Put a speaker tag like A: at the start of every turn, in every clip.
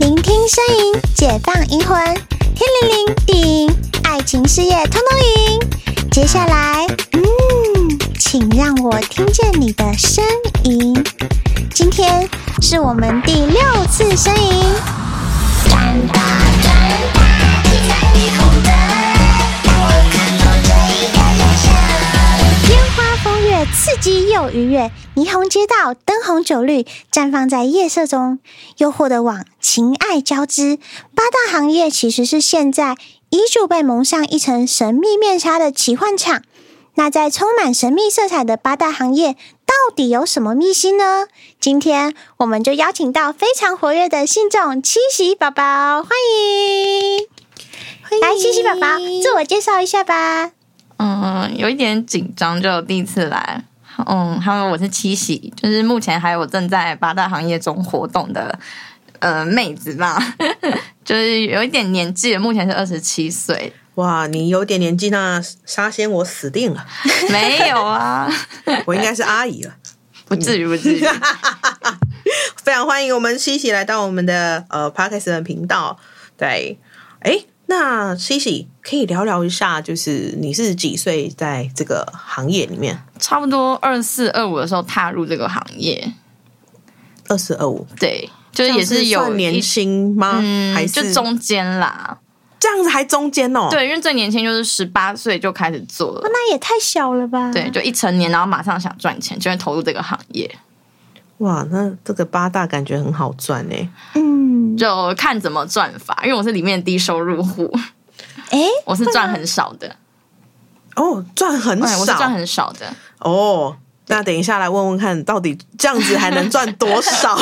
A: 聆听声音，解放银魂，天灵灵，地灵，爱情事业通通赢。接下来，嗯，请让我听见你的呻吟。今天是我们第六次呻吟。烟花风月，刺激又愉悦。霓虹街道灯红酒绿，绽放在夜色中。诱惑的网，情爱交织。八大行业其实是现在依旧被蒙上一层神秘面纱的奇幻场。那在充满神秘色彩的八大行业，到底有什么秘辛呢？今天我们就邀请到非常活跃的信众七喜宝宝，欢迎！来，七喜宝宝自我介绍一下吧。
B: 嗯，有一点紧张，就第一次来。嗯，Hello，我是七喜，就是目前还有正在八大行业中活动的呃妹子吧， 就是有一点年纪了，目前是二十七岁。
C: 哇，你有点年纪，那沙仙我死 定了，
B: 没有 啊，
C: 我应该是阿姨了。
B: 不至于，不至于。
C: 非常欢迎我们西西来到我们的呃 p a r k e s 的频道。对，哎，那西西可以聊聊一下，就是你是几岁在这个行业里面？
B: 差不多二四二五的时候踏入这个行业，
C: 二十二五，
B: 对，就是也
C: 这样
B: 有
C: 算年
B: 一。
C: 轻吗？还
B: 嗯，
C: 是
B: 就中间啦，
C: 这样子还中间哦？，
B: 对，因为最年轻就是十八岁就开始做了，
A: 那也太小了吧？
B: 对，就一成年，然后马上想赚钱，就会投入这个行业。
C: 哇，那这个八大感觉很好赚哎、
A: 嗯，
B: 就看怎么赚法，因为我是里面低收入户，
A: 诶，
B: 我是赚很少的，
C: 哦，赚很
B: 对，我是
C: 少，
B: 赚很少的，
C: 哦，那等一下来问问看，到底这样子还能赚 多少？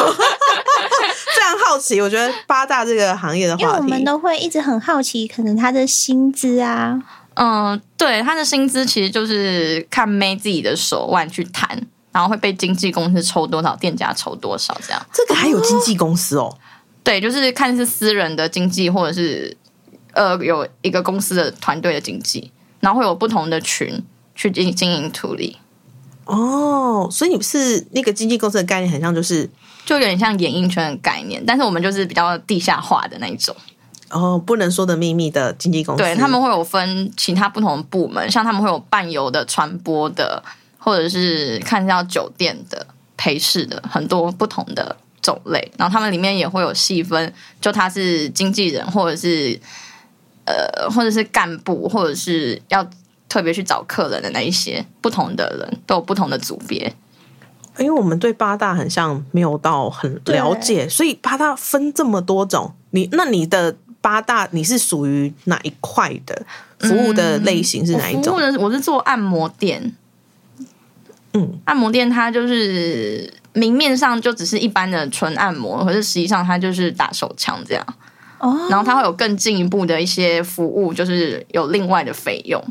C: 非常好奇，我觉得八大这个行业的
A: 因为
C: 话
A: 我们
C: 题，
A: 都会一直很好奇，可能他的薪资啊，
B: 嗯，对，他的薪资其实就是看妹自己的手腕去谈，然后会被经纪公司抽多少，店家抽多少这样，
C: 这个还有经纪公司哦，
B: 对，就是看是私人的经纪或者是呃有一个公司的团队的经纪，然后会有不同的群去经经营处理，
C: 哦，所以你是那个经纪公司的概念，很像就是
B: 就有点像演艺圈的概念，但是我们就是比较地下化的那一种。
C: 哦不能说的秘密的经纪公司，
B: 对他们会有分其他不同的部门，像他们会有伴游的、传播的，或者是看到酒店的、陪侍的，很多不同的种类。然后他们里面也会有细分，就他是经纪人，或者是呃，或者是干部，或者是要特别去找客人的那一些不同的人，都有不同的组别。
C: 因为我们对八大很像没有到很了解，所以八大分这么多种，你那你的八大你是属于哪一块的服务的类型是
B: 我
C: 哪一
B: 服
C: 种
B: 务？的我是做按摩店，
C: 嗯，
B: 按摩店它就是明面上就只是一般的纯按摩，可是实际上它就是打手枪这样。
A: 哦，
B: 然后它会有更进一步的一些服务，就是有另外的费用。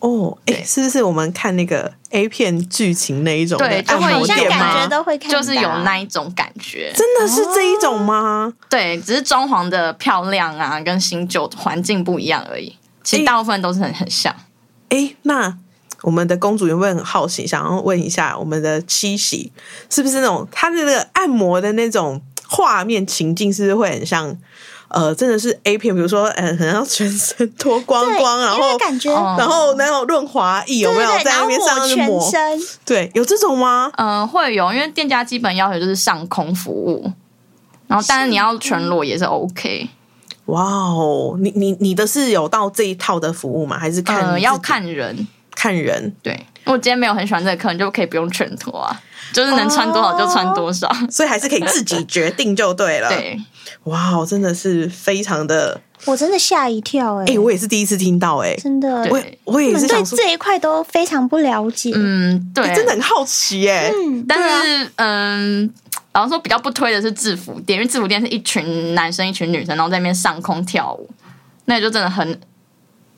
C: 哦，哎、
B: 对
C: 是不是我们看那个 A 片剧情那一种的
B: 对就
C: 按
B: 会
A: 好
C: 摩
A: 像
C: 店
A: 感
C: 吗
A: 觉？都会看到，
B: 就是有那一种感觉，
C: 真的是这一种
A: 哦
C: 吗？
B: 对，只是装潢的漂亮啊，跟新旧环境不一样而已。其实大部分都是很很像，
C: 哎、那我们的公主有没有很好奇，想要问一下我们的七喜，是不是那种她的那个按摩的那种画面情境，是不是会很像？呃，真的是 A 片，比如说，呃，很像全身脱光
A: 对
C: 光，然
A: 因为
C: 后，
A: 感觉
B: 哦
C: 然后那种润滑液有
A: 对
C: 没
A: 对
C: 有
A: 对，
C: 在
A: 然
C: 那
A: 后
C: 边上
A: 抹
C: 面
A: 全
C: 抹？
A: 身，
C: 对，有这种吗？
B: 嗯、会有，因为店家基本要求就是上空服务，然后但是你要全裸也是 OK，
C: 哇哦，你你你的是有到这一套的服务吗？还是看、
B: 呃，要看人，
C: 看人？
B: 对。如果今天没有很喜欢这个客人，就可以不用全脱啊，就是能穿多少就穿多少，
C: 所以还是可以自己决定就对了。，
B: 对。
C: 哇哦，真的是非常的，
A: 我真的吓一跳，哎
C: 哎、，我也是第一次听到、诶
A: 真的，
C: 哎，
B: 对
C: 我我
A: 你
C: 也
A: 们
C: 是
A: 对
C: 想说，哎
A: 这一块都非常不了解，
B: 嗯，对，
C: 真的很好奇、诶
A: 嗯，
B: 但是、嗯，然后说比较不推的是制服店，因为制服店是一群男生一群女生，然后在那边上空跳舞，那就真的很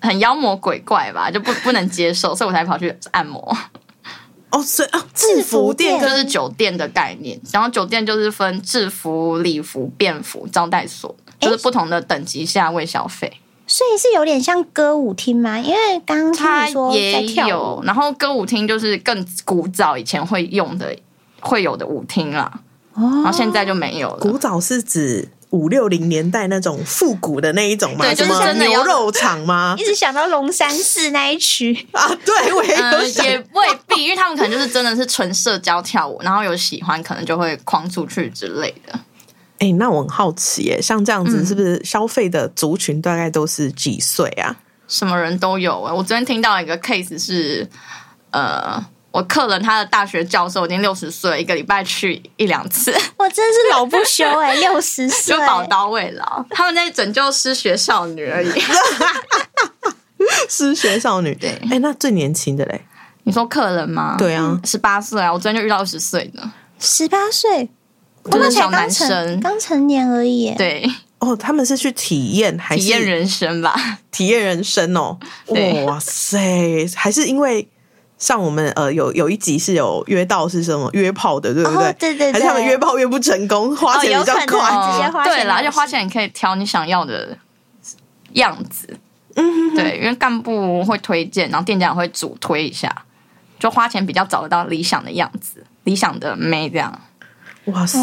B: 很妖魔鬼怪吧，就不 不能接受，所以我才跑去按摩，
C: 哦，所以啊，制服店
B: 就
C: 跟
B: 是酒店的概念。然后酒店就是分制服、礼服、便服、招待所，就是不同的等级下为消费。
A: 所以是有点像歌舞厅吗？因为刚刚听
B: 它
A: 你说在
B: 也
A: 跳舞
B: 有，然后歌舞厅就是更古早以前会用的会有的舞厅啦，然
A: 哦
B: 后，现在就没有了。
C: 古早是指五六零年代那种复古的那一种吗？
B: 对就是
C: 什么
B: 真的
C: 牛
B: 要
C: 肉场 吗
A: 一？直想到龙山寺那一区，
C: 啊，对，我也有
B: 嗯，
C: 想
B: 也未必，因为他们可能就是真的是纯社交跳舞，然后有喜欢可能就会框出去之类的。
C: 哎、那我很好奇耶，像这样子，
B: 嗯
C: 是不是消费的族群大概都是几岁啊？
B: 什么人都有、欸。我昨天听到一个 case 是，呃，我客人他的大学教授已经六十岁，一个礼拜去一两次，
A: 我真是老不休哎、6六十岁
B: 就，宝刀未老。他们在拯救失学少女 而已。
C: 是学少女？
B: 对
C: 哎、那最年轻的嘞？
B: 你说客人吗？
C: 对啊，
B: 十八岁啊，我昨天就遇到二十岁的，
A: 十八岁，我
B: 就是
A: 们才
B: 小
A: 刚
B: 男
A: 成
B: 生，
A: 刚成年而已、欸，
B: 对，
C: 哦，他们是去体验还是
B: 体验人生吧。
C: 体验人生哦？
B: 对
C: 哇塞，还是因为像我们呃有有一集是有约到是什么约炮的，对不对？
A: 哦对对对哦
C: 还是他们约炮约不成功，花钱比较
A: 有可
C: 快
A: 能。直接花钱
B: 哦对啦，
A: 买
B: 而且花钱也可以挑你想要的样子。
C: 嗯
B: 对，因为干部会推荐，然后店长会主推一下，就花钱比较找得到理想的样子、理想的妹这样。
C: 哇塞，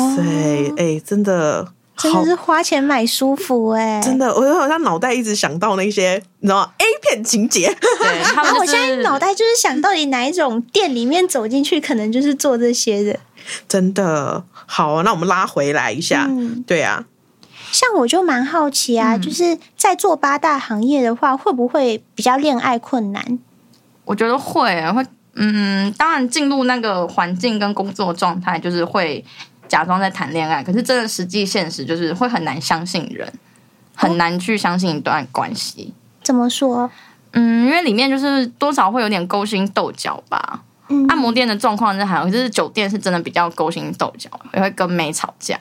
C: 哎、真的
A: 哦真
C: 好
A: 的是花钱买舒服哎、
C: 真的，我好像脑袋一直想到那些你知道 A 片情节。
B: 对他
A: 然
B: 们
A: 后啊我
B: 就是
A: 现在脑袋就是想到底哪一种店里面走进去，可能就是做这些的。
C: 真的好、啊，那我们拉回来一下，
A: 嗯
C: 对啊，
A: 像我就蛮好奇
B: 嗯
A: 啊，就是在做八大行业的话，会不会比较恋爱困难？
B: 我觉得会会，嗯，当然进入那个环境跟工作状态，就是会假装在谈恋爱，可是真的实际现实就是会很难相信人，很难去相信一段关系。
A: 怎么说？
B: 嗯，因为里面就是多少会有点勾心斗角吧。
A: 嗯，
B: 按摩店的状况是还好，就是酒店是真的比较勾心斗角，也会跟妹吵架。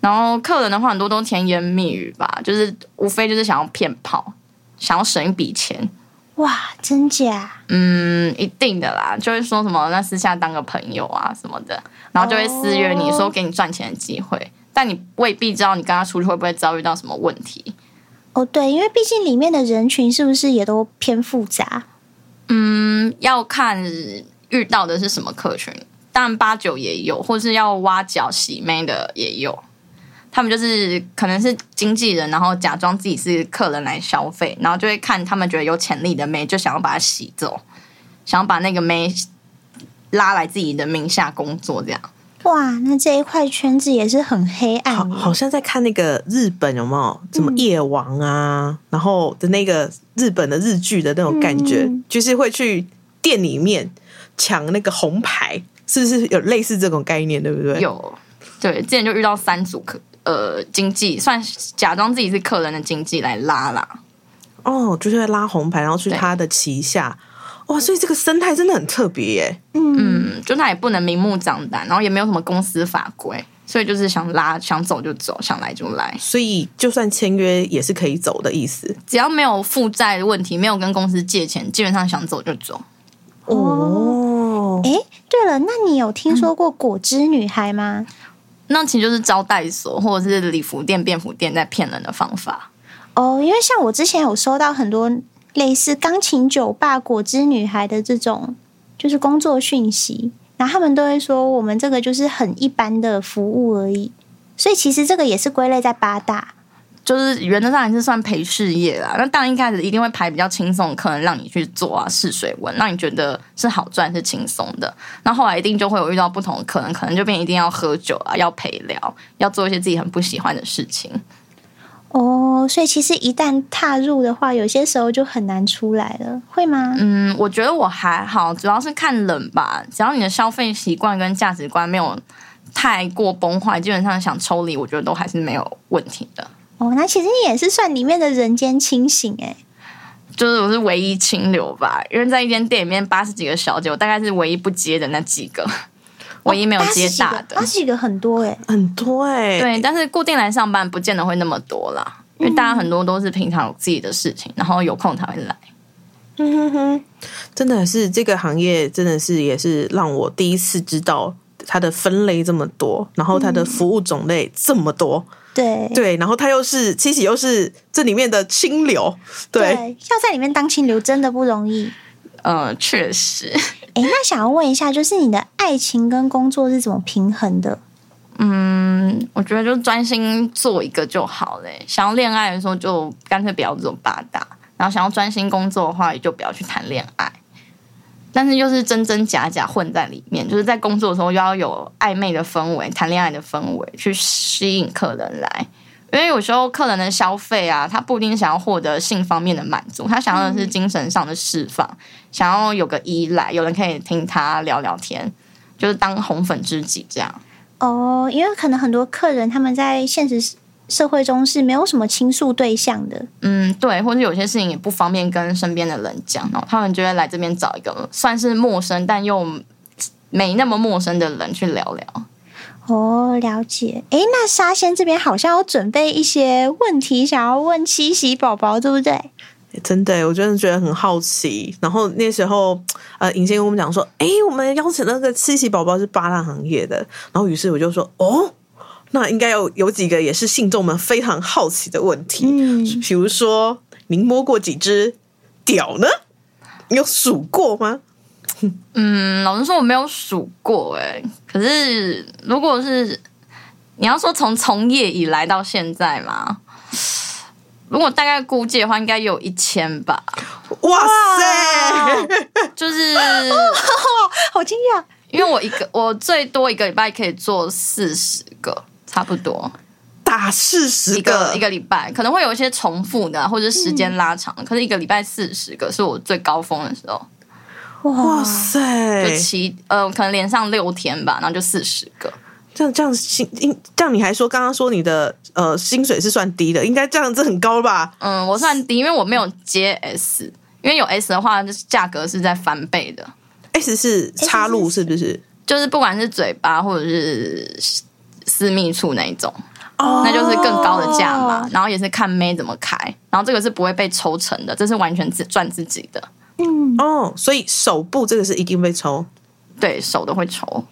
B: 然后客人的话，很多都甜言蜜语吧，就是无非就是想要骗炮，想要省一笔钱。
A: 哇，真假？
B: 嗯，一定的啦，就会说什么那私下当个朋友啊什么的，然后就会私约你说给你赚钱的机会，但你未必知道你跟他出去会不会遭遇到什么问题。
A: 哦，对，因为毕竟里面的人群是不是也都偏复杂？
B: 嗯，要看遇到的是什么客群，当然八九也有，或是要挖角洗妹的也有。他们就是可能是经纪人，然后假装自己是客人来消费，然后就会看他们觉得有潜力的妹，就想要把她洗走，想要把那个妹拉来自己的名下工作，这样。
A: 哇，那这一块圈子也是很黑
C: 好，
A: 暗耶。
C: 好像在看那个日本有没有什么夜王啊，然后的那个日本的日剧的那种感觉，
A: 嗯
C: 就是会去店里面抢那个红牌，是不是有类似这种概念，对不对？
B: 有，对，之前就遇到三组客，呃，经纪算是假装自己是客人的经纪来拉啦，
C: 哦，就是会拉红牌，然后去
B: 对
C: 他的旗下，哇，所以这个生态真的很特别耶。
A: 嗯，
B: 嗯，就那也不能明目张胆，然后也没有什么公司法规，所以就是想拉想走就走，想来就来，
C: 所以就算签约也是可以走的意思
B: 只要没有负债的问题，没有跟公司借钱，基本上想走就走。
C: 哦。
A: 诶，对了，那你有听说过果汁女孩吗？
B: 那其实就是招待所或者是礼服店、便服店在骗人的方法。
A: 哦，因为像我之前有收到很多类似钢琴酒吧、果汁女孩的这种，就是工作讯息，然后他们都会说我们这个就是很一般的服务而已，所以其实这个也是归类在八大。
B: 就是原则上还是算陪事业啦，那当然一开始一定会排比较轻松的客人让你去做啊试水温，让你觉得是好赚是轻松的。那后来一定就会有遇到不同的客人，可能就变一定要喝酒啊，要陪聊，要做一些自己很不喜欢的事情。
A: 哦，所以其实一旦踏入的话，有些时候就很难出来了，会吗？
B: 嗯，我觉得我还好，主要是看人吧。只要你的消费习惯跟价值观没有太过崩坏，基本上想抽离，我觉得都还是没有问题的。
A: 哦，那其实你也是算里面的人间清醒诶、
B: 就是我是唯一清流吧，因为在一间店里面八十几个小姐，我大概是唯一不接的那几个， 唯一没有接大的。
A: 哦八十几个很多诶、
C: 很多哎、
B: 对，但是固定来上班不见得会那么多啦，因为
A: 嗯
B: 大家很多都是平常有自己的事情，然后有空才会来。
C: 嗯哼哼，真的是这个行业，真的是也是让我
A: 嗯
C: 第一次知道它的分类这么多，然后它的服务种类这么多，
A: 对
C: 对，然后他又是七喜，又是这里面的清流，对，
A: 要在里面当清流真的不容易。
B: 呃，确实，
A: 哎，那想要问一下，就是你的爱情跟工作是怎么平衡的？
B: 嗯，我觉得就专心做一个就好嘞。想要恋爱的时候，就干脆不要这种八大；然后想要专心工作的话，也就不要去谈恋爱。但是就是真真假假混在里面，就是在工作的时候要有暧昧的氛围、谈恋爱的氛围，去吸引客人来。因为有时候客人的消费啊，他不一定想要获得性方面的满足，他想要的是精神上的释放，想要有个依赖，有人可以听他聊聊天，就是当红粉知己这样。
A: 哦，因为可能很多客人他们在现实社会中是没有什么倾诉对象的。
B: 嗯，对，或者有些事情也不方便跟身边的人讲，然后他们就会来这边找一个算是陌生但又没那么陌生的人去聊聊。
A: 哦，了解。哎，那沙仙这边好像有准备一些问题想要问七喜宝宝，对不对？
C: 真的，我真的觉得很好奇。然后那时候，呃，尹先跟我们讲说，诶，我们邀请那个七喜宝宝是八大行业的，然后于是我就说，哦，那应该有有几个也是信众们非常好奇的问题，
A: 嗯
C: 比如说，您摸过几只屌呢？你有数过吗？
B: 嗯，老实说我没有数过哎、可是如果是你要说从从业以来到现在嘛，如果大概估计的话，应该有一千吧，
C: 哇塞！
B: 就是。
A: 好惊讶！
B: 因为我一个我最多一个礼拜可以做四十个，差不多
C: 打四十
B: 一个一个礼拜，可能会有一些重复的，啊或者是时间拉长。可是一个礼拜四十个是我最高峰的时候，
A: 哇
C: 哇，塞！
B: 就七呃，可能连上六天吧，然后就四十个。
C: 这样这样薪，应这样你还说刚刚说你的呃薪水是算低的，应该这样子很高吧？
B: 嗯，我算低，因为我没有接 S，因为有 S 的话，就是价格是在翻倍的，
C: S 是插入是不是？
B: 就是不管是嘴巴或者是私私密处那一种，
C: 哦
B: 那就是更高的价嘛。然后也是看妹怎么开，然后这个是不会被抽成的，这是完全自赚自己的。
A: 嗯，
C: 哦，所以手部这个是一定被抽。
B: 对手都会抽，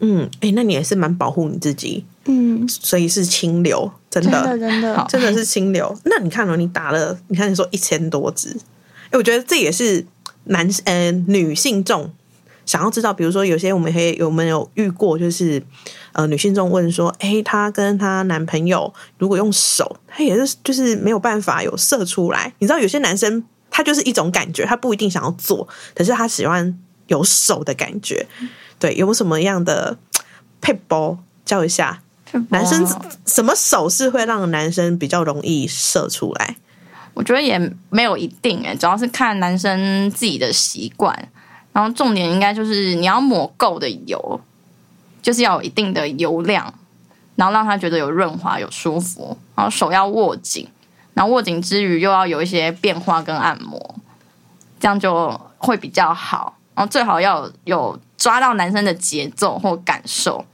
C: 嗯，哎、那你也是蛮保护你自己，
A: 嗯，
C: 所以是清流，真
A: 真的
C: 的
A: 真的
B: 好，
C: 真的是清流。那你看哦，你打了，你看你说一千多只，哎、我觉得这也是男呃女性众想要知道，比如说有些我们也有没有遇过，就是呃女性众问说，哎、她跟她男朋友如果用手，她也是就是没有办法有射出来。你知道有些男生他就是一种感觉，他不一定想要做，可是他喜欢有手的感觉。对，有没有什么样的配包教一下？男生
B: 哦
C: 什么手势会让男生比较容易射出来？
B: 我觉得也没有一定哎、主要是看男生自己的习惯。然后重点应该就是你要抹够的油，就是要有一定的油量，然后让他觉得有润滑、有舒服。然后手要握紧，然后握紧之余又要有一些变化跟按摩，这样就会比较好。然后最好要有有抓到男生的节奏或感受，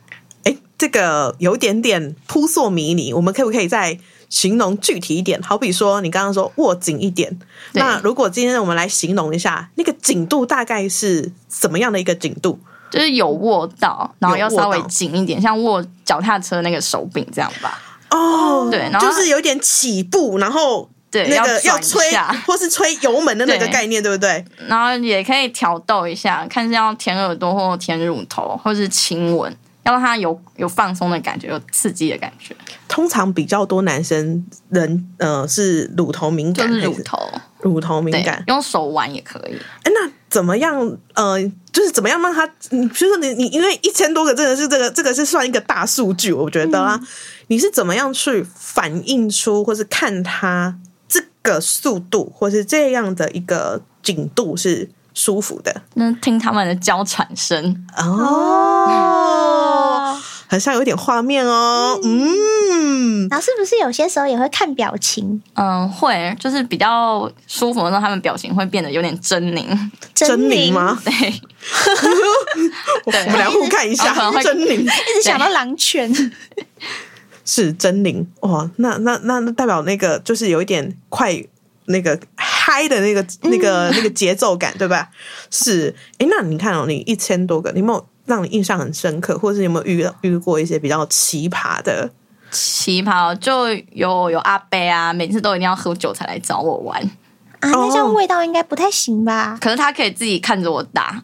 C: 哎，这个有点点扑朔迷离，我们可不可以再形容具体一点？好比说，你刚刚说握紧一点，
B: 对
C: 那如果今天我们来形容一下，那个紧度大概是怎么样的一个紧度？
B: 就是有握到，然后要稍微
C: 有握到
B: 紧一点，像握脚踏车那个手柄这样吧。
C: 哦，
B: 对然后
C: 就是有点起步，然后
B: 对，
C: 那个
B: 要转
C: 要
B: 一
C: 吹
B: 下，
C: 或是吹油门的那个
B: 对
C: 概念，对不对？
B: 然后也可以挑逗一下，看是要舔耳朵或舔乳头，或是亲吻，要让他有有放松的感觉，有刺激的感觉，
C: 通常比较多男生人呃是乳头敏
B: 就
C: 感，
B: 是乳
C: 还是
B: 头，
C: 乳头敏
B: 对
C: 感，。
B: 用手玩也可以。
C: 哎，那怎么样？呃，就是怎么样让他？你比如说你你，因为一千多个真的是这个这个是算一个大数据，我觉得啦。你是怎么样去反映出，或是看他这个速度，或是这样的一个紧度是舒服的？
B: 那听他们的交喘声，
C: 哦，好像有点画面哦。嗯，
A: 然后是不是有些时候也会看表情？
B: 嗯，会就是比较舒服的时候，他们表情会变得有点狰狞，
C: 狰狞
A: 狞？
C: 吗？
B: 对，
C: 我我们来互看一下
B: 哦可能，会
C: 狰狞。
A: 一直想到狼犬，
C: 是真灵哇！那那那那代表那个就是有一点快那个嗨的那
B: 嗯
C: 个那个那个节奏感，对吧？是诶，那你看哦，你一千多个，你有没有让你印象很深刻，或者是有没有遇遇过一些比较奇葩的
B: 奇葩哦，就有有阿伯啊，每次都一定要喝酒才来找我玩，
A: 啊，
B: 哦
A: 那这样味道应该不太行吧？
B: 可是他可以自己看着我打，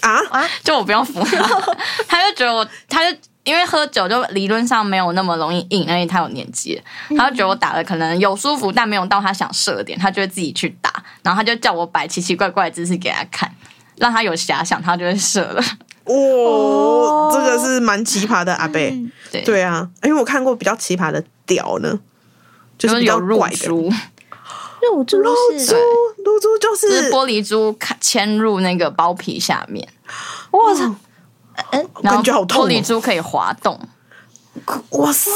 C: 啊，
B: 就我不用扶他， 他就觉得我，他就因为喝酒就理论上没有那么容易硬，因为他有年纪了，他就觉得我打了可能有舒服，但没有到他想射的点，他就会自己去打，然后他就叫我摆奇奇怪怪的姿势给他看，让他有遐想，他就会射了。
C: 哇、
A: 哦
C: 这个是蛮奇葩的阿贝、
B: 对，
C: 对啊，因为我看过比较奇葩的屌呢，就是比
B: 有
C: 较
B: 入
C: 怪的
B: 珠，
A: 入住
C: 露珠
A: 是，
C: 露珠就
B: 就是
C: 是
B: 玻璃珠卡嵌入那个包皮下面，
A: 我操，嗯
B: 然后
C: 感觉好痛哦
B: 玻璃珠可以滑动，
C: 哇塞，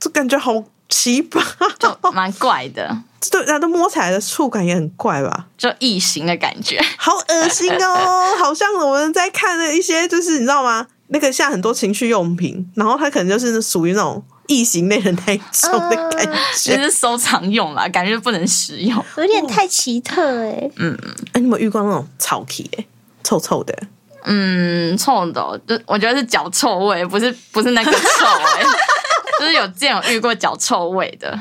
C: 这感觉好奇葩，
B: 就蛮怪的，
C: 对，然后摸起来的触感也很怪吧？
B: 就异形的感觉。
C: 好恶心哦， 好像我们在看的一些，就是你知道吗？那个现在很多情趣用品，然后它可能就是属于那种异形类的那一种的感
B: 就
C: 觉。哎、
B: 是收藏用啦，感觉不能食用。
A: 有点太奇特哎。
B: 嗯
C: 你有没有遇过那种草皮、欸？臭臭的，
B: 嗯，臭的哦、就我觉得是脚臭味，不是不是那个臭 哎、就是有之前有遇过脚臭味的，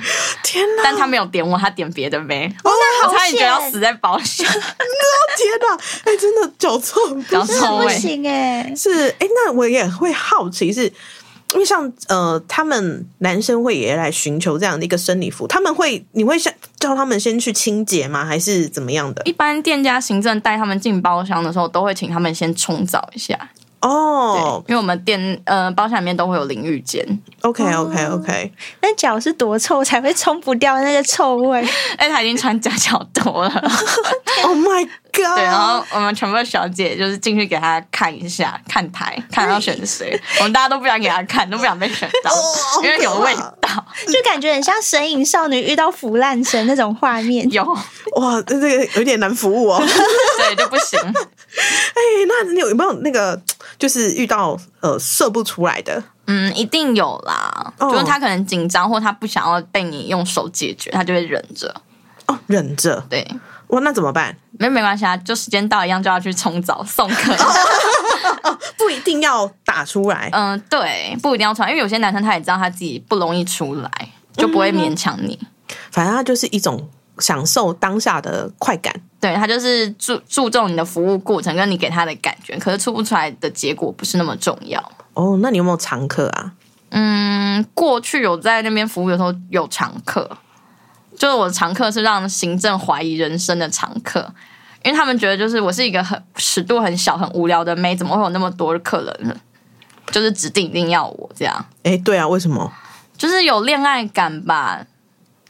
C: 天哪！
B: 但他没有点我，他点别的呗。
C: 哦，
B: 我
A: 好
B: 差点觉得要
A: 险
B: 死在包厢，
C: 天哪！哎、真的脚臭，
B: 脚
A: 真的
B: 臭
A: 不
B: 味。
A: 行哎、
C: 是哎、那我也会好奇是，因为像呃，他们男生会也来寻求这样的一个生理服，他们会你会像叫他们先去清洁吗？还是怎么样的？
B: 一般店家行政带他们进包厢的时候，都会请他们先冲澡一下，对，
C: 哦
B: 因为我们店呃包厢里面都会有淋浴间。
C: ，OK
A: 哦
C: OK OK，
A: 那脚是多臭才会冲不掉那个臭 味？
B: 哎，他已经穿夹脚拖 了，
C: Oh my god！
B: 对，然后我们全部的小姐就是进去给他看一下，看台，看要选谁。 我们大家都不想给他看，都不想被选到，因为有味道。
A: 就感觉很像神隐少女遇到腐烂神那种画面。
B: 有，
C: 哇，这个有点难服务 哦。
B: 对就不行。
C: 哎、那你有没有那个就是遇到呃射不出来的？
B: 嗯，一定有啦，
C: 哦
B: 就是他可能紧张，或他不想要被你用手解决，他就会忍着。
C: 哦，忍着
B: 对，
C: 哇，那怎么办？
B: 没没关系啊，就时间到一样就要去冲澡送客。
C: 不一定要打出来，
A: 呃
B: 嗯，对，不一定要穿，因为有些男生他也知道他自己不容易出来，就不会勉强你。
C: 反正它就是一种享受当下的快感。
B: 对他就是注注重你的服务过程跟你给他的感觉，可是出不出来的结果不是那么重要。
C: 哦，那你有没有常客啊？
B: 嗯，过去有在那边服务的时候有常客，就是我的常客是让行政怀疑人生的常客，因为他们觉得就是我是一个很尺度很小、很无聊的妹，怎么会有那么多客人呢？就是指定一定要我这样，
C: 哎、对啊，为什么？
B: 就是有恋爱感吧，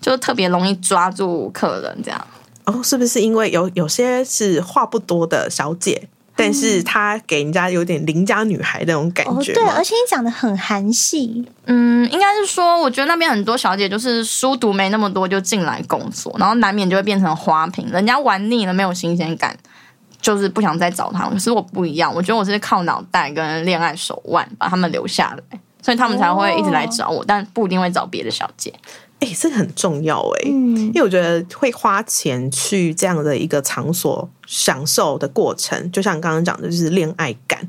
B: 就特别容易抓住客人这样。
C: 哦，是不是因为有有些是话不多的小姐，但是她给人家有点邻家女孩那种感
A: 嗯哦，
C: 觉
A: 对，
C: 吗？
A: 而且你长得很韩系，
B: 嗯，应该是说，我觉得那边很多小姐就是书读没那么多就进来工作，然后难免就会变成花瓶，人家玩腻了没有新鲜感，就是不想再找他们。可是我不一样，我觉得我是靠脑袋跟恋爱手腕把他们留下来，所以他们才会一直
A: 哦
B: 来找我，但不一定会找别的小姐。
C: 哎、这个很重要哎、
A: 嗯
C: 因，为我觉得会花钱去这样的一个场所享受的过程，就像刚刚讲的，就是恋爱感。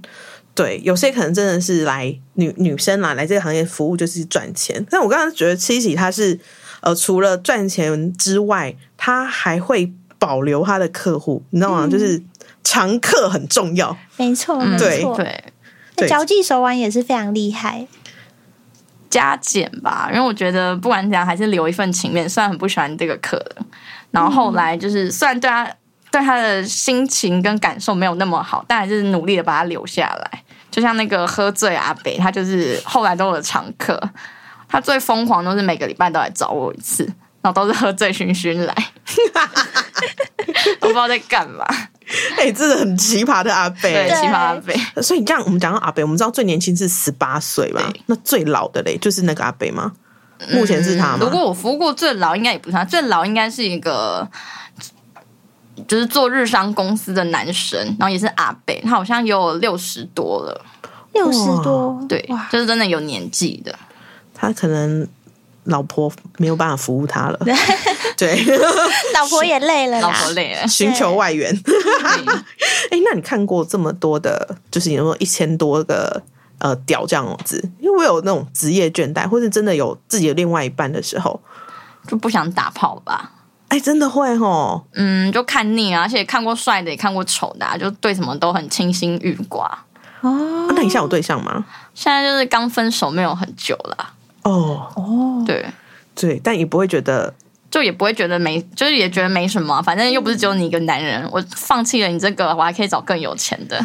C: 对，有些可能真的是来女女生啦，来这个行业服务就是赚钱。但我刚刚觉得七喜她是呃，除了赚钱之外，她还会保留她的客户，你知道吗？就是常客很重要。
A: 没错，
B: 嗯
A: 没错，
B: 对，
A: 那
C: 对
A: 交际手腕也是非常厉害。
B: 加减吧，因为我觉得不管怎样还是留一份情面，虽然很不喜欢这个客人，然后后来就是、虽然对他对他的心情跟感受没有那么好，但还是努力的把他留下来。就像那个喝醉阿北，他就是后来都有常客，他最疯狂都是每个礼拜都来找我一次，然后都是喝醉醺醺来，我不知道在干嘛，
C: 哎、真的很奇葩的阿贝。
B: 对，
A: 对
B: 奇葩阿北。
C: 所以你这样，我们讲到阿北，我们知道最年轻是十八岁嘛
B: 对，
C: 那最老的嘞就是那个阿北吗？目前是他吗？
B: 嗯如果我服务过最老，应该也不是他，最老应该是一个。就是做日商公司的男生，然后也是阿北，他好像有六十多了，
A: 六十多，
B: 对，
A: 哇，
B: 就是真的有年纪的。
C: 他可能老婆没有办法服务他了，对，，
A: 老婆也累了
B: 老
A: 啦
B: 婆。 累了
C: 寻求外援。
B: 对
C: 哎、那你看过这么多的，就是有没有一千多个呃屌这样子，因为我有那种职业倦怠，或是真的有自己的另外一半的时候，
B: 就不想打炮吧。
C: 哎，真的会哦。
B: 嗯，就看腻啊，而且看过帅的也看过丑的、啊，就对什么都很清心欲寡。
A: 哦
C: 啊那你现在有对象吗？
B: 现在就是刚分手没有很久啦，
C: 哦，
A: 哦，
B: 对，
C: 对，但也不会觉得
B: 就也不会觉得没，就是也觉得没什么啊，反正又不是只有你一个男人，我放弃了你这个，我还可以找更有钱的。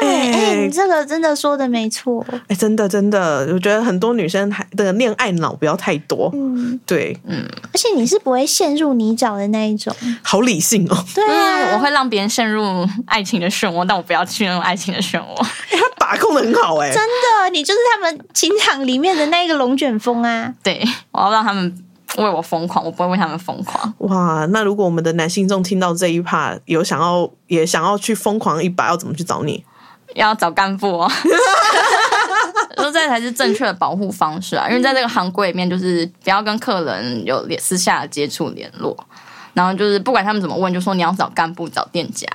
A: 对，
C: 哎
A: 哎、你这个真的说的没错，
C: 哎，真的真的，我觉得很多女生还的恋爱脑不要太多，
A: 嗯，
C: 对，
A: 而且你是不会陷入泥沼的那一种，
C: 好理性哦。
A: 对
B: 嗯，
A: 啊，
B: 我会让别人陷入爱情的漩涡，但我不要去那种爱情的漩涡。
C: 哎，他把控的很好哎、
A: 真的，你就是他们情场里面的那个龙卷风啊，
B: 对，我要让他们为我疯狂，我不会为他们疯狂。
C: 哇，那如果我们的男性众听到这一 part，有想要也想要去疯狂一把，要怎么去找你？
B: 要找干部哦。说这才是正确的保护方式啊，因为在这个行规里面，就是不要跟客人有联私下的接触联络，然后就是不管他们怎么问，就说你要找干部、找店家，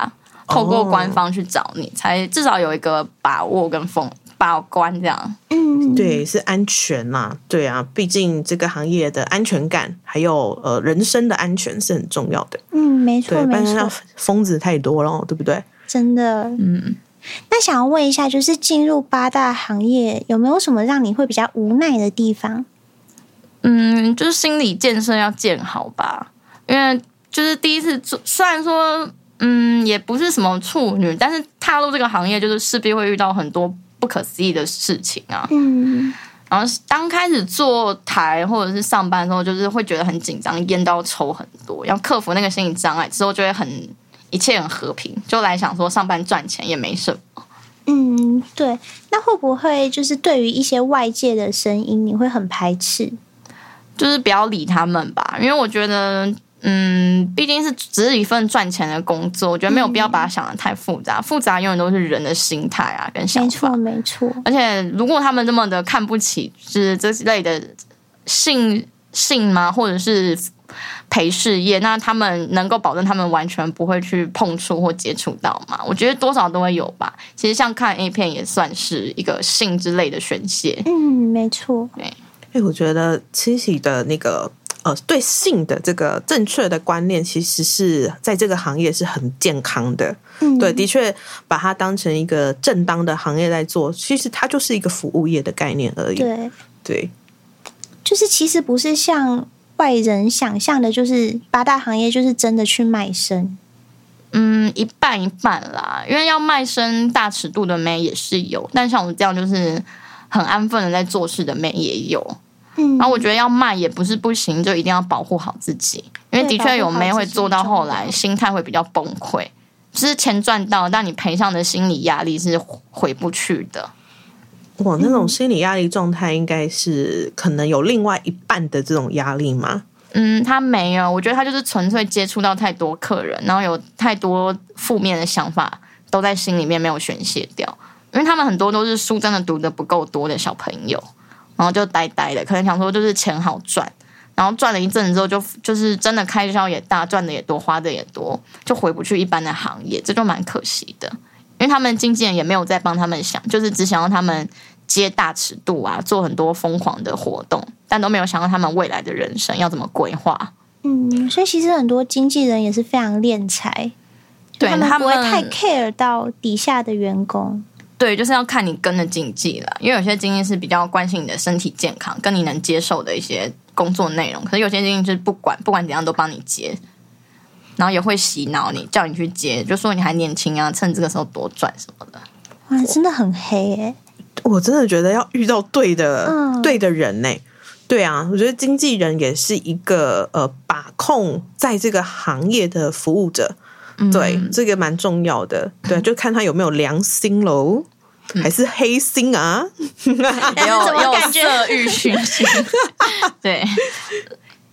B: 透过官方去找你，才至少有一个把握跟风把关这样。
A: 嗯，
C: 对，是安全呐、对啊，毕竟这个行业的安全感，还有呃人身的安全是很重要的。
A: 嗯，没错
C: 对，不
A: 没
C: 然
A: 错
C: 像，疯子太多了，对不对？
A: 真的，
B: 嗯，
A: 那想要问一下，就是进入八大行业，有没有什么让你会比较无奈的地方？
B: 嗯，就是心理建设要建好吧，因为就是第一次做，虽然说嗯也不是什么处女，但是踏入这个行业，就是势必会遇到很多不可思议的事情啊。
A: 嗯，
B: 然后刚开始坐台或者是上班的时候，就是会觉得很紧张，烟都要抽很多，要克服那个心理障碍之后，就会很一切很和平，就来想说上班赚钱也没什么。
A: 嗯，对。那会不会就是对于一些外界的声音，你会很排斥？
B: 就是不要理他们吧，因为我觉得，嗯，毕竟是只是一份赚钱的工作，我觉得没有必要
A: 嗯
B: 把它想的太复杂，复杂永远都是人的心态啊跟想
A: 没
B: 法
A: 错，。没错。
B: 而且如果他们这么的看不起，就是这类的性性吗，或者是陪事业，那他们能够保证他们完全不会去碰触或接触到吗？我觉得多少都会有吧。其实像看 A 片也算是一个性之类的宣泄，
A: 嗯，没错。
C: 哎，我觉得七喜的那个呃对性的这个正确的观念，其实是在这个行业是很健康的。
A: 嗯，
C: 对，的确把它当成一个正当的行业在做，其实它就是一个服务业的概念而已。
A: 对，
C: 对
A: 就是其实不是像外人想象的，就是八大行业就是真的去卖身。
B: 嗯，一半一半啦，因为要卖身大尺度的妹也是有，但像我这样就是很安分的在做事的妹也有。
A: 嗯，
B: 然后我觉得要卖也不是不行，就一定要保护好自己，因为的
A: 对
B: 确有
A: 保护好
B: 妹会
A: 自己
B: 做到
A: 很重要
B: 后来心态会比较崩溃，只是钱赚到，但你赔上的心理压力是回不去的。
C: 哇，那
A: 嗯
C: 种心理压力状态，应该是可能有另外一半的这种压力吗？
B: 嗯，他没有，我觉得他就是纯粹接触到太多客人，然后有太多负面的想法都在心里面没有宣泄掉，因为他们很多都是书真的读的不够多的小朋友，然后就呆呆的，可能想说就是钱好赚，然后赚了一阵子之后就就是真的开销也大，赚的也多，花的也多，就回不去一般的行业，这就蛮可惜的，因为他们经纪人也没有在帮他们想，就是只想要他们。接大尺度啊，做很多疯狂的活动，但都没有想到他们未来的人生要怎么规划。
A: 嗯，所以其实很多经纪人也是非常敛财，
B: 对
A: 他们不会
B: 他们
A: 太 care 到底下的员工。
B: 对，就是要看你跟的经济了，因为有些经济是比较关心你的身体健康，跟你能接受的一些工作内容。可是有些经济就是不管不管怎样都帮你接，然后也会洗脑你，叫你去接，就说你还年轻啊，趁这个时候多赚什么 的。
A: 哇，真的很黑欸耶、
C: 我真的觉得要遇到对的、
A: 嗯
C: 对的人呢、对啊，我觉得经纪人也是一个呃把控在这个行业的服务者，
A: 嗯
C: 对、这个蛮重要的。对，就看他有没有良心喽，
A: 嗯
C: 还是黑心啊？
B: 也有
A: 哎怎么
B: 也有
A: 感觉
B: 色欲熏心， 对，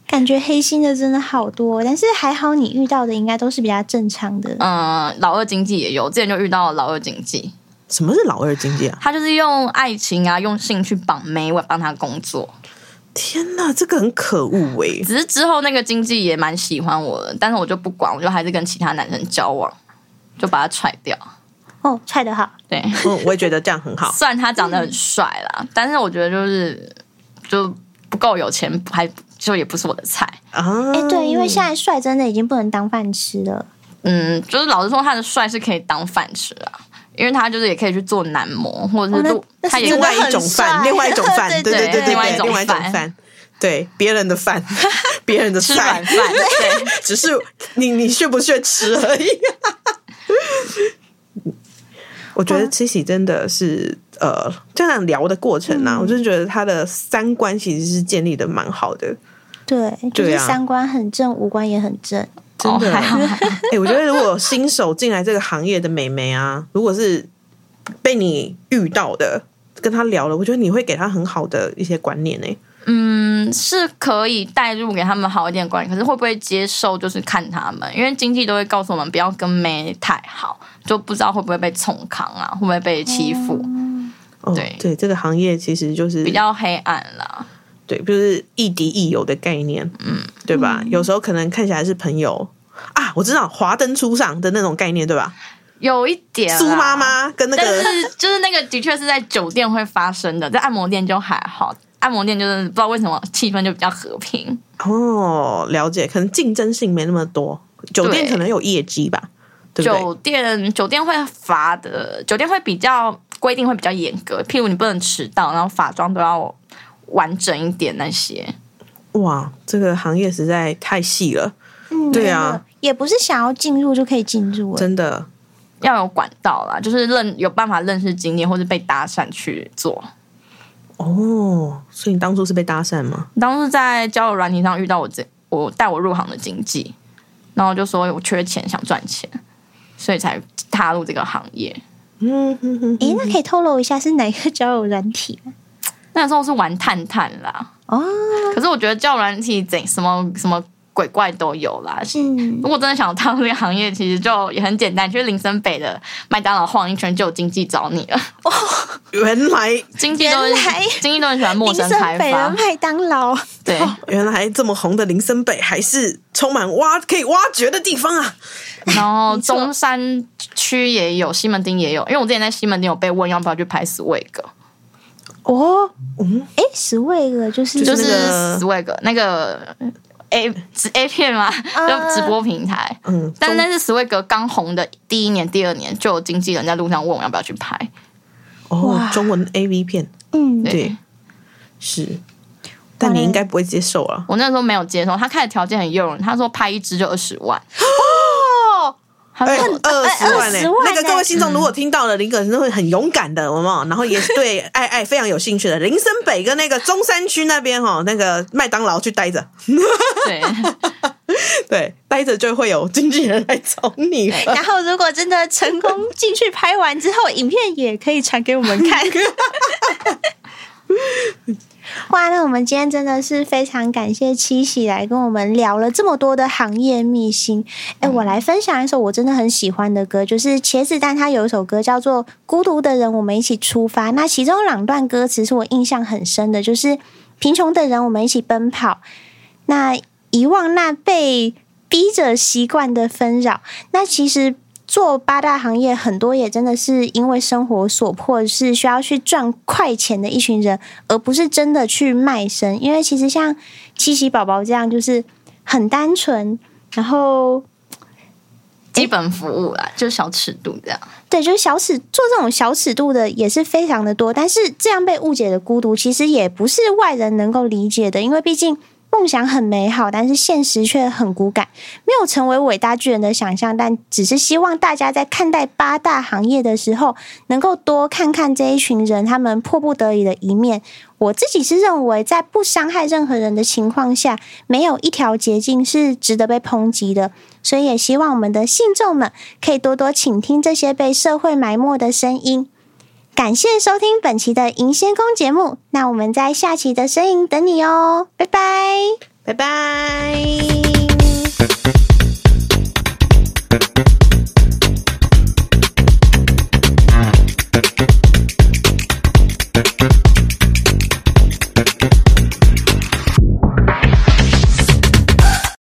A: 感觉黑心的真的好多，哦但是还好你遇到的应该都是比较正常的。
B: 嗯，老二经济也有，之前就遇到老二经济，
C: 什么是老二经纪啊？
B: 他就是用爱情啊，用性去绑妹，我帮他工作，
C: 天哪，这个很可恶欸 诶、
B: 只是之后那个经纪也蛮喜欢我的，但是我就不管，我就还是跟其他男生交往，就把他踹掉。
A: 哦，踹得好，
B: 对，
C: 嗯，我也觉得这样很好。
B: 虽然他长得很帅啦，但是我觉得就是就不够有钱，还就也不是我的菜。
C: 啊，
A: 哎、对，因为现在帅真的已经不能当饭吃了。
B: 嗯，就是老实说，他的帅是可以当饭吃啊，因为他就是也可以去做男模，或者是
A: 哦
B: 做、
A: 那
B: 他也
A: 那
C: 另
A: 是真的
C: 外一种饭，
A: 很帅
C: 另外一种 饭，
A: 对
C: 对
B: 对
C: 对对，
B: 另外一
C: 对
B: 种
C: 另外一种
B: 饭
C: 饭，对别人的 饭，别人的
B: 吃软
C: 菜
B: 饭，，对，
C: 只是你你屑不屑吃而已。 我觉得 Cici 真的是呃，这样聊的过程
B: 嗯
C: 呢、啊，我真的觉得他的三观其实是建立的蛮好的，
A: 对，就
C: 对
A: 是
C: 啊
A: 三观很正，五官也很正。
C: 真的。
B: 哦还好还好
C: 哎、我觉得如果新手进来这个行业的美眉啊，如果是被你遇到的，跟她聊了，我觉得你会给她很好的一些观念呢、欸
B: 嗯，是可以带入给他们好一点的观念，可是会不会接受就是看他们，因为经济都会告诉我们不要跟妹太好，就不知道会不会被冲康啊，会不会被欺负，
C: 哦，
B: 对
C: 对，这个行业其实就是
B: 比较黑暗啦。
C: 对，就是亦敌亦友的概念，嗯，对吧？有时候可能看起来是朋友啊，我知道《华灯初上》的那种概念，对吧？
B: 有一点啦
C: 苏妈，妈跟那
B: 但
C: 个
B: 是就是那个的确是在酒店会发生的，在按摩店就还好，按摩店就是不知道为什么气氛就比较和平。
C: 哦，了解，可能竞争性没那么多，酒店
B: 对
C: 可能有业绩吧，对不对？
B: 酒店酒店会罚的，酒店会比较规定会比较严格，譬如你不能迟到，然后法妆都要完整一点那些。
C: 哇，这个行业实在太细了，
A: 嗯，
C: 对啊，
A: 也不是想要进入就可以进入、欸。
C: 真的。
B: 要有管道啦，就是认有办法认识经验，或是被搭讪去做。
C: 哦，所以你当初是被搭讪吗？
B: 当时在交友软体上遇到我这我带我入行的经纪，然后就说我缺钱想赚钱，所以才踏入这个行业。
C: 嗯哼哼
A: 诶、哎那可以透露一下是哪一个交友软体吗？
B: 那时候是玩探探啦，
A: 哦，
B: 可是我觉得交友软体怎什么什么鬼怪都有啦，
A: 嗯
B: 如，果真的想踏入这个行业，其实就也很简单，去林森北的麦当劳晃一圈，就有经济找你了。
C: 原来
B: 经济都
A: 原来
B: 是经济都很喜欢陌
A: 林
B: 生
A: 森
B: 开
A: 北的
B: 发，
A: 麦当劳，
B: 对，
C: 原来这么红的林森北还是充满挖可以挖掘的地方啊！
B: 然后
A: 错
B: 中山区也有，西门町也有，因为我之前在西门町有被问要不要去拍 swag，
A: 哦，
C: 嗯，
A: 诶、十位了，就是
C: 就
B: 就是是
C: 那个
B: swag 那个 A 直 A 片嘛，就直播平台。
C: 嗯，
B: 但是
C: 啊中
B: 那是 swag 刚红的第一年、第二年，就有经纪人在路上问我要不要去拍。
C: 哦
A: 哇，
C: 中文 A V 片，
A: 嗯，
B: 对
C: 对，是，但你应该不会接受啊。
B: 我那时候没有接受，他开的条件很诱人，他说拍一支就二十万，
A: 哦，
B: 他
C: 哎，
B: 说
C: 二十万呢、
A: 20万
C: 那
A: 欸
C: 个各位听众如果听到了，林可是会很勇敢的，有没有？然后也是对爱 爱非常有兴趣的。林森北跟那个中山区那边哈，那个麦当劳去待着，
B: 对，
C: 哎对，待着就会有经纪人来找你 了。
A: 然后如果真的成功进去拍完之后，影片也可以传给我们看。 哇，那我们今天真的是非常感谢七喜来跟我们聊了这么多的行业秘辛。哎，我来分享一首我真的很喜欢的歌，就是茄子蛋，它有一首歌叫做《孤独的人，我们一起出发》。那其中两段歌词是我印象很深的，就是贫穷的人，我们一起奔跑，那遗忘那被逼着习惯的纷扰。那其实做八大行业，很多也真的是因为生活所迫，是需要去赚快钱的一群人，而不是真的去卖身。因为其实像七喜宝宝这样，就是很单纯，然后
B: 基本服务啦，就是小尺度这样。
A: 对，就是小尺做这种小尺度的也是非常的多，但是这样被误解的孤独，其实也不是外人能够理解的，因为毕竟梦想很美好，但是现实却很骨感，没有成为伟大巨人的想象，但只是希望大家在看待八大行业的时候，能够多看看这一群人他们迫不得已的一面。我自己是认为，在不伤害任何人的情况下，没有一条捷径是值得被抨击的，所以也希望我们的信众们可以多多倾听这些被社会埋没的声音。感谢收听本期的银仙宫节目，那我们在下期的声音等你哦，拜拜。
C: 拜拜。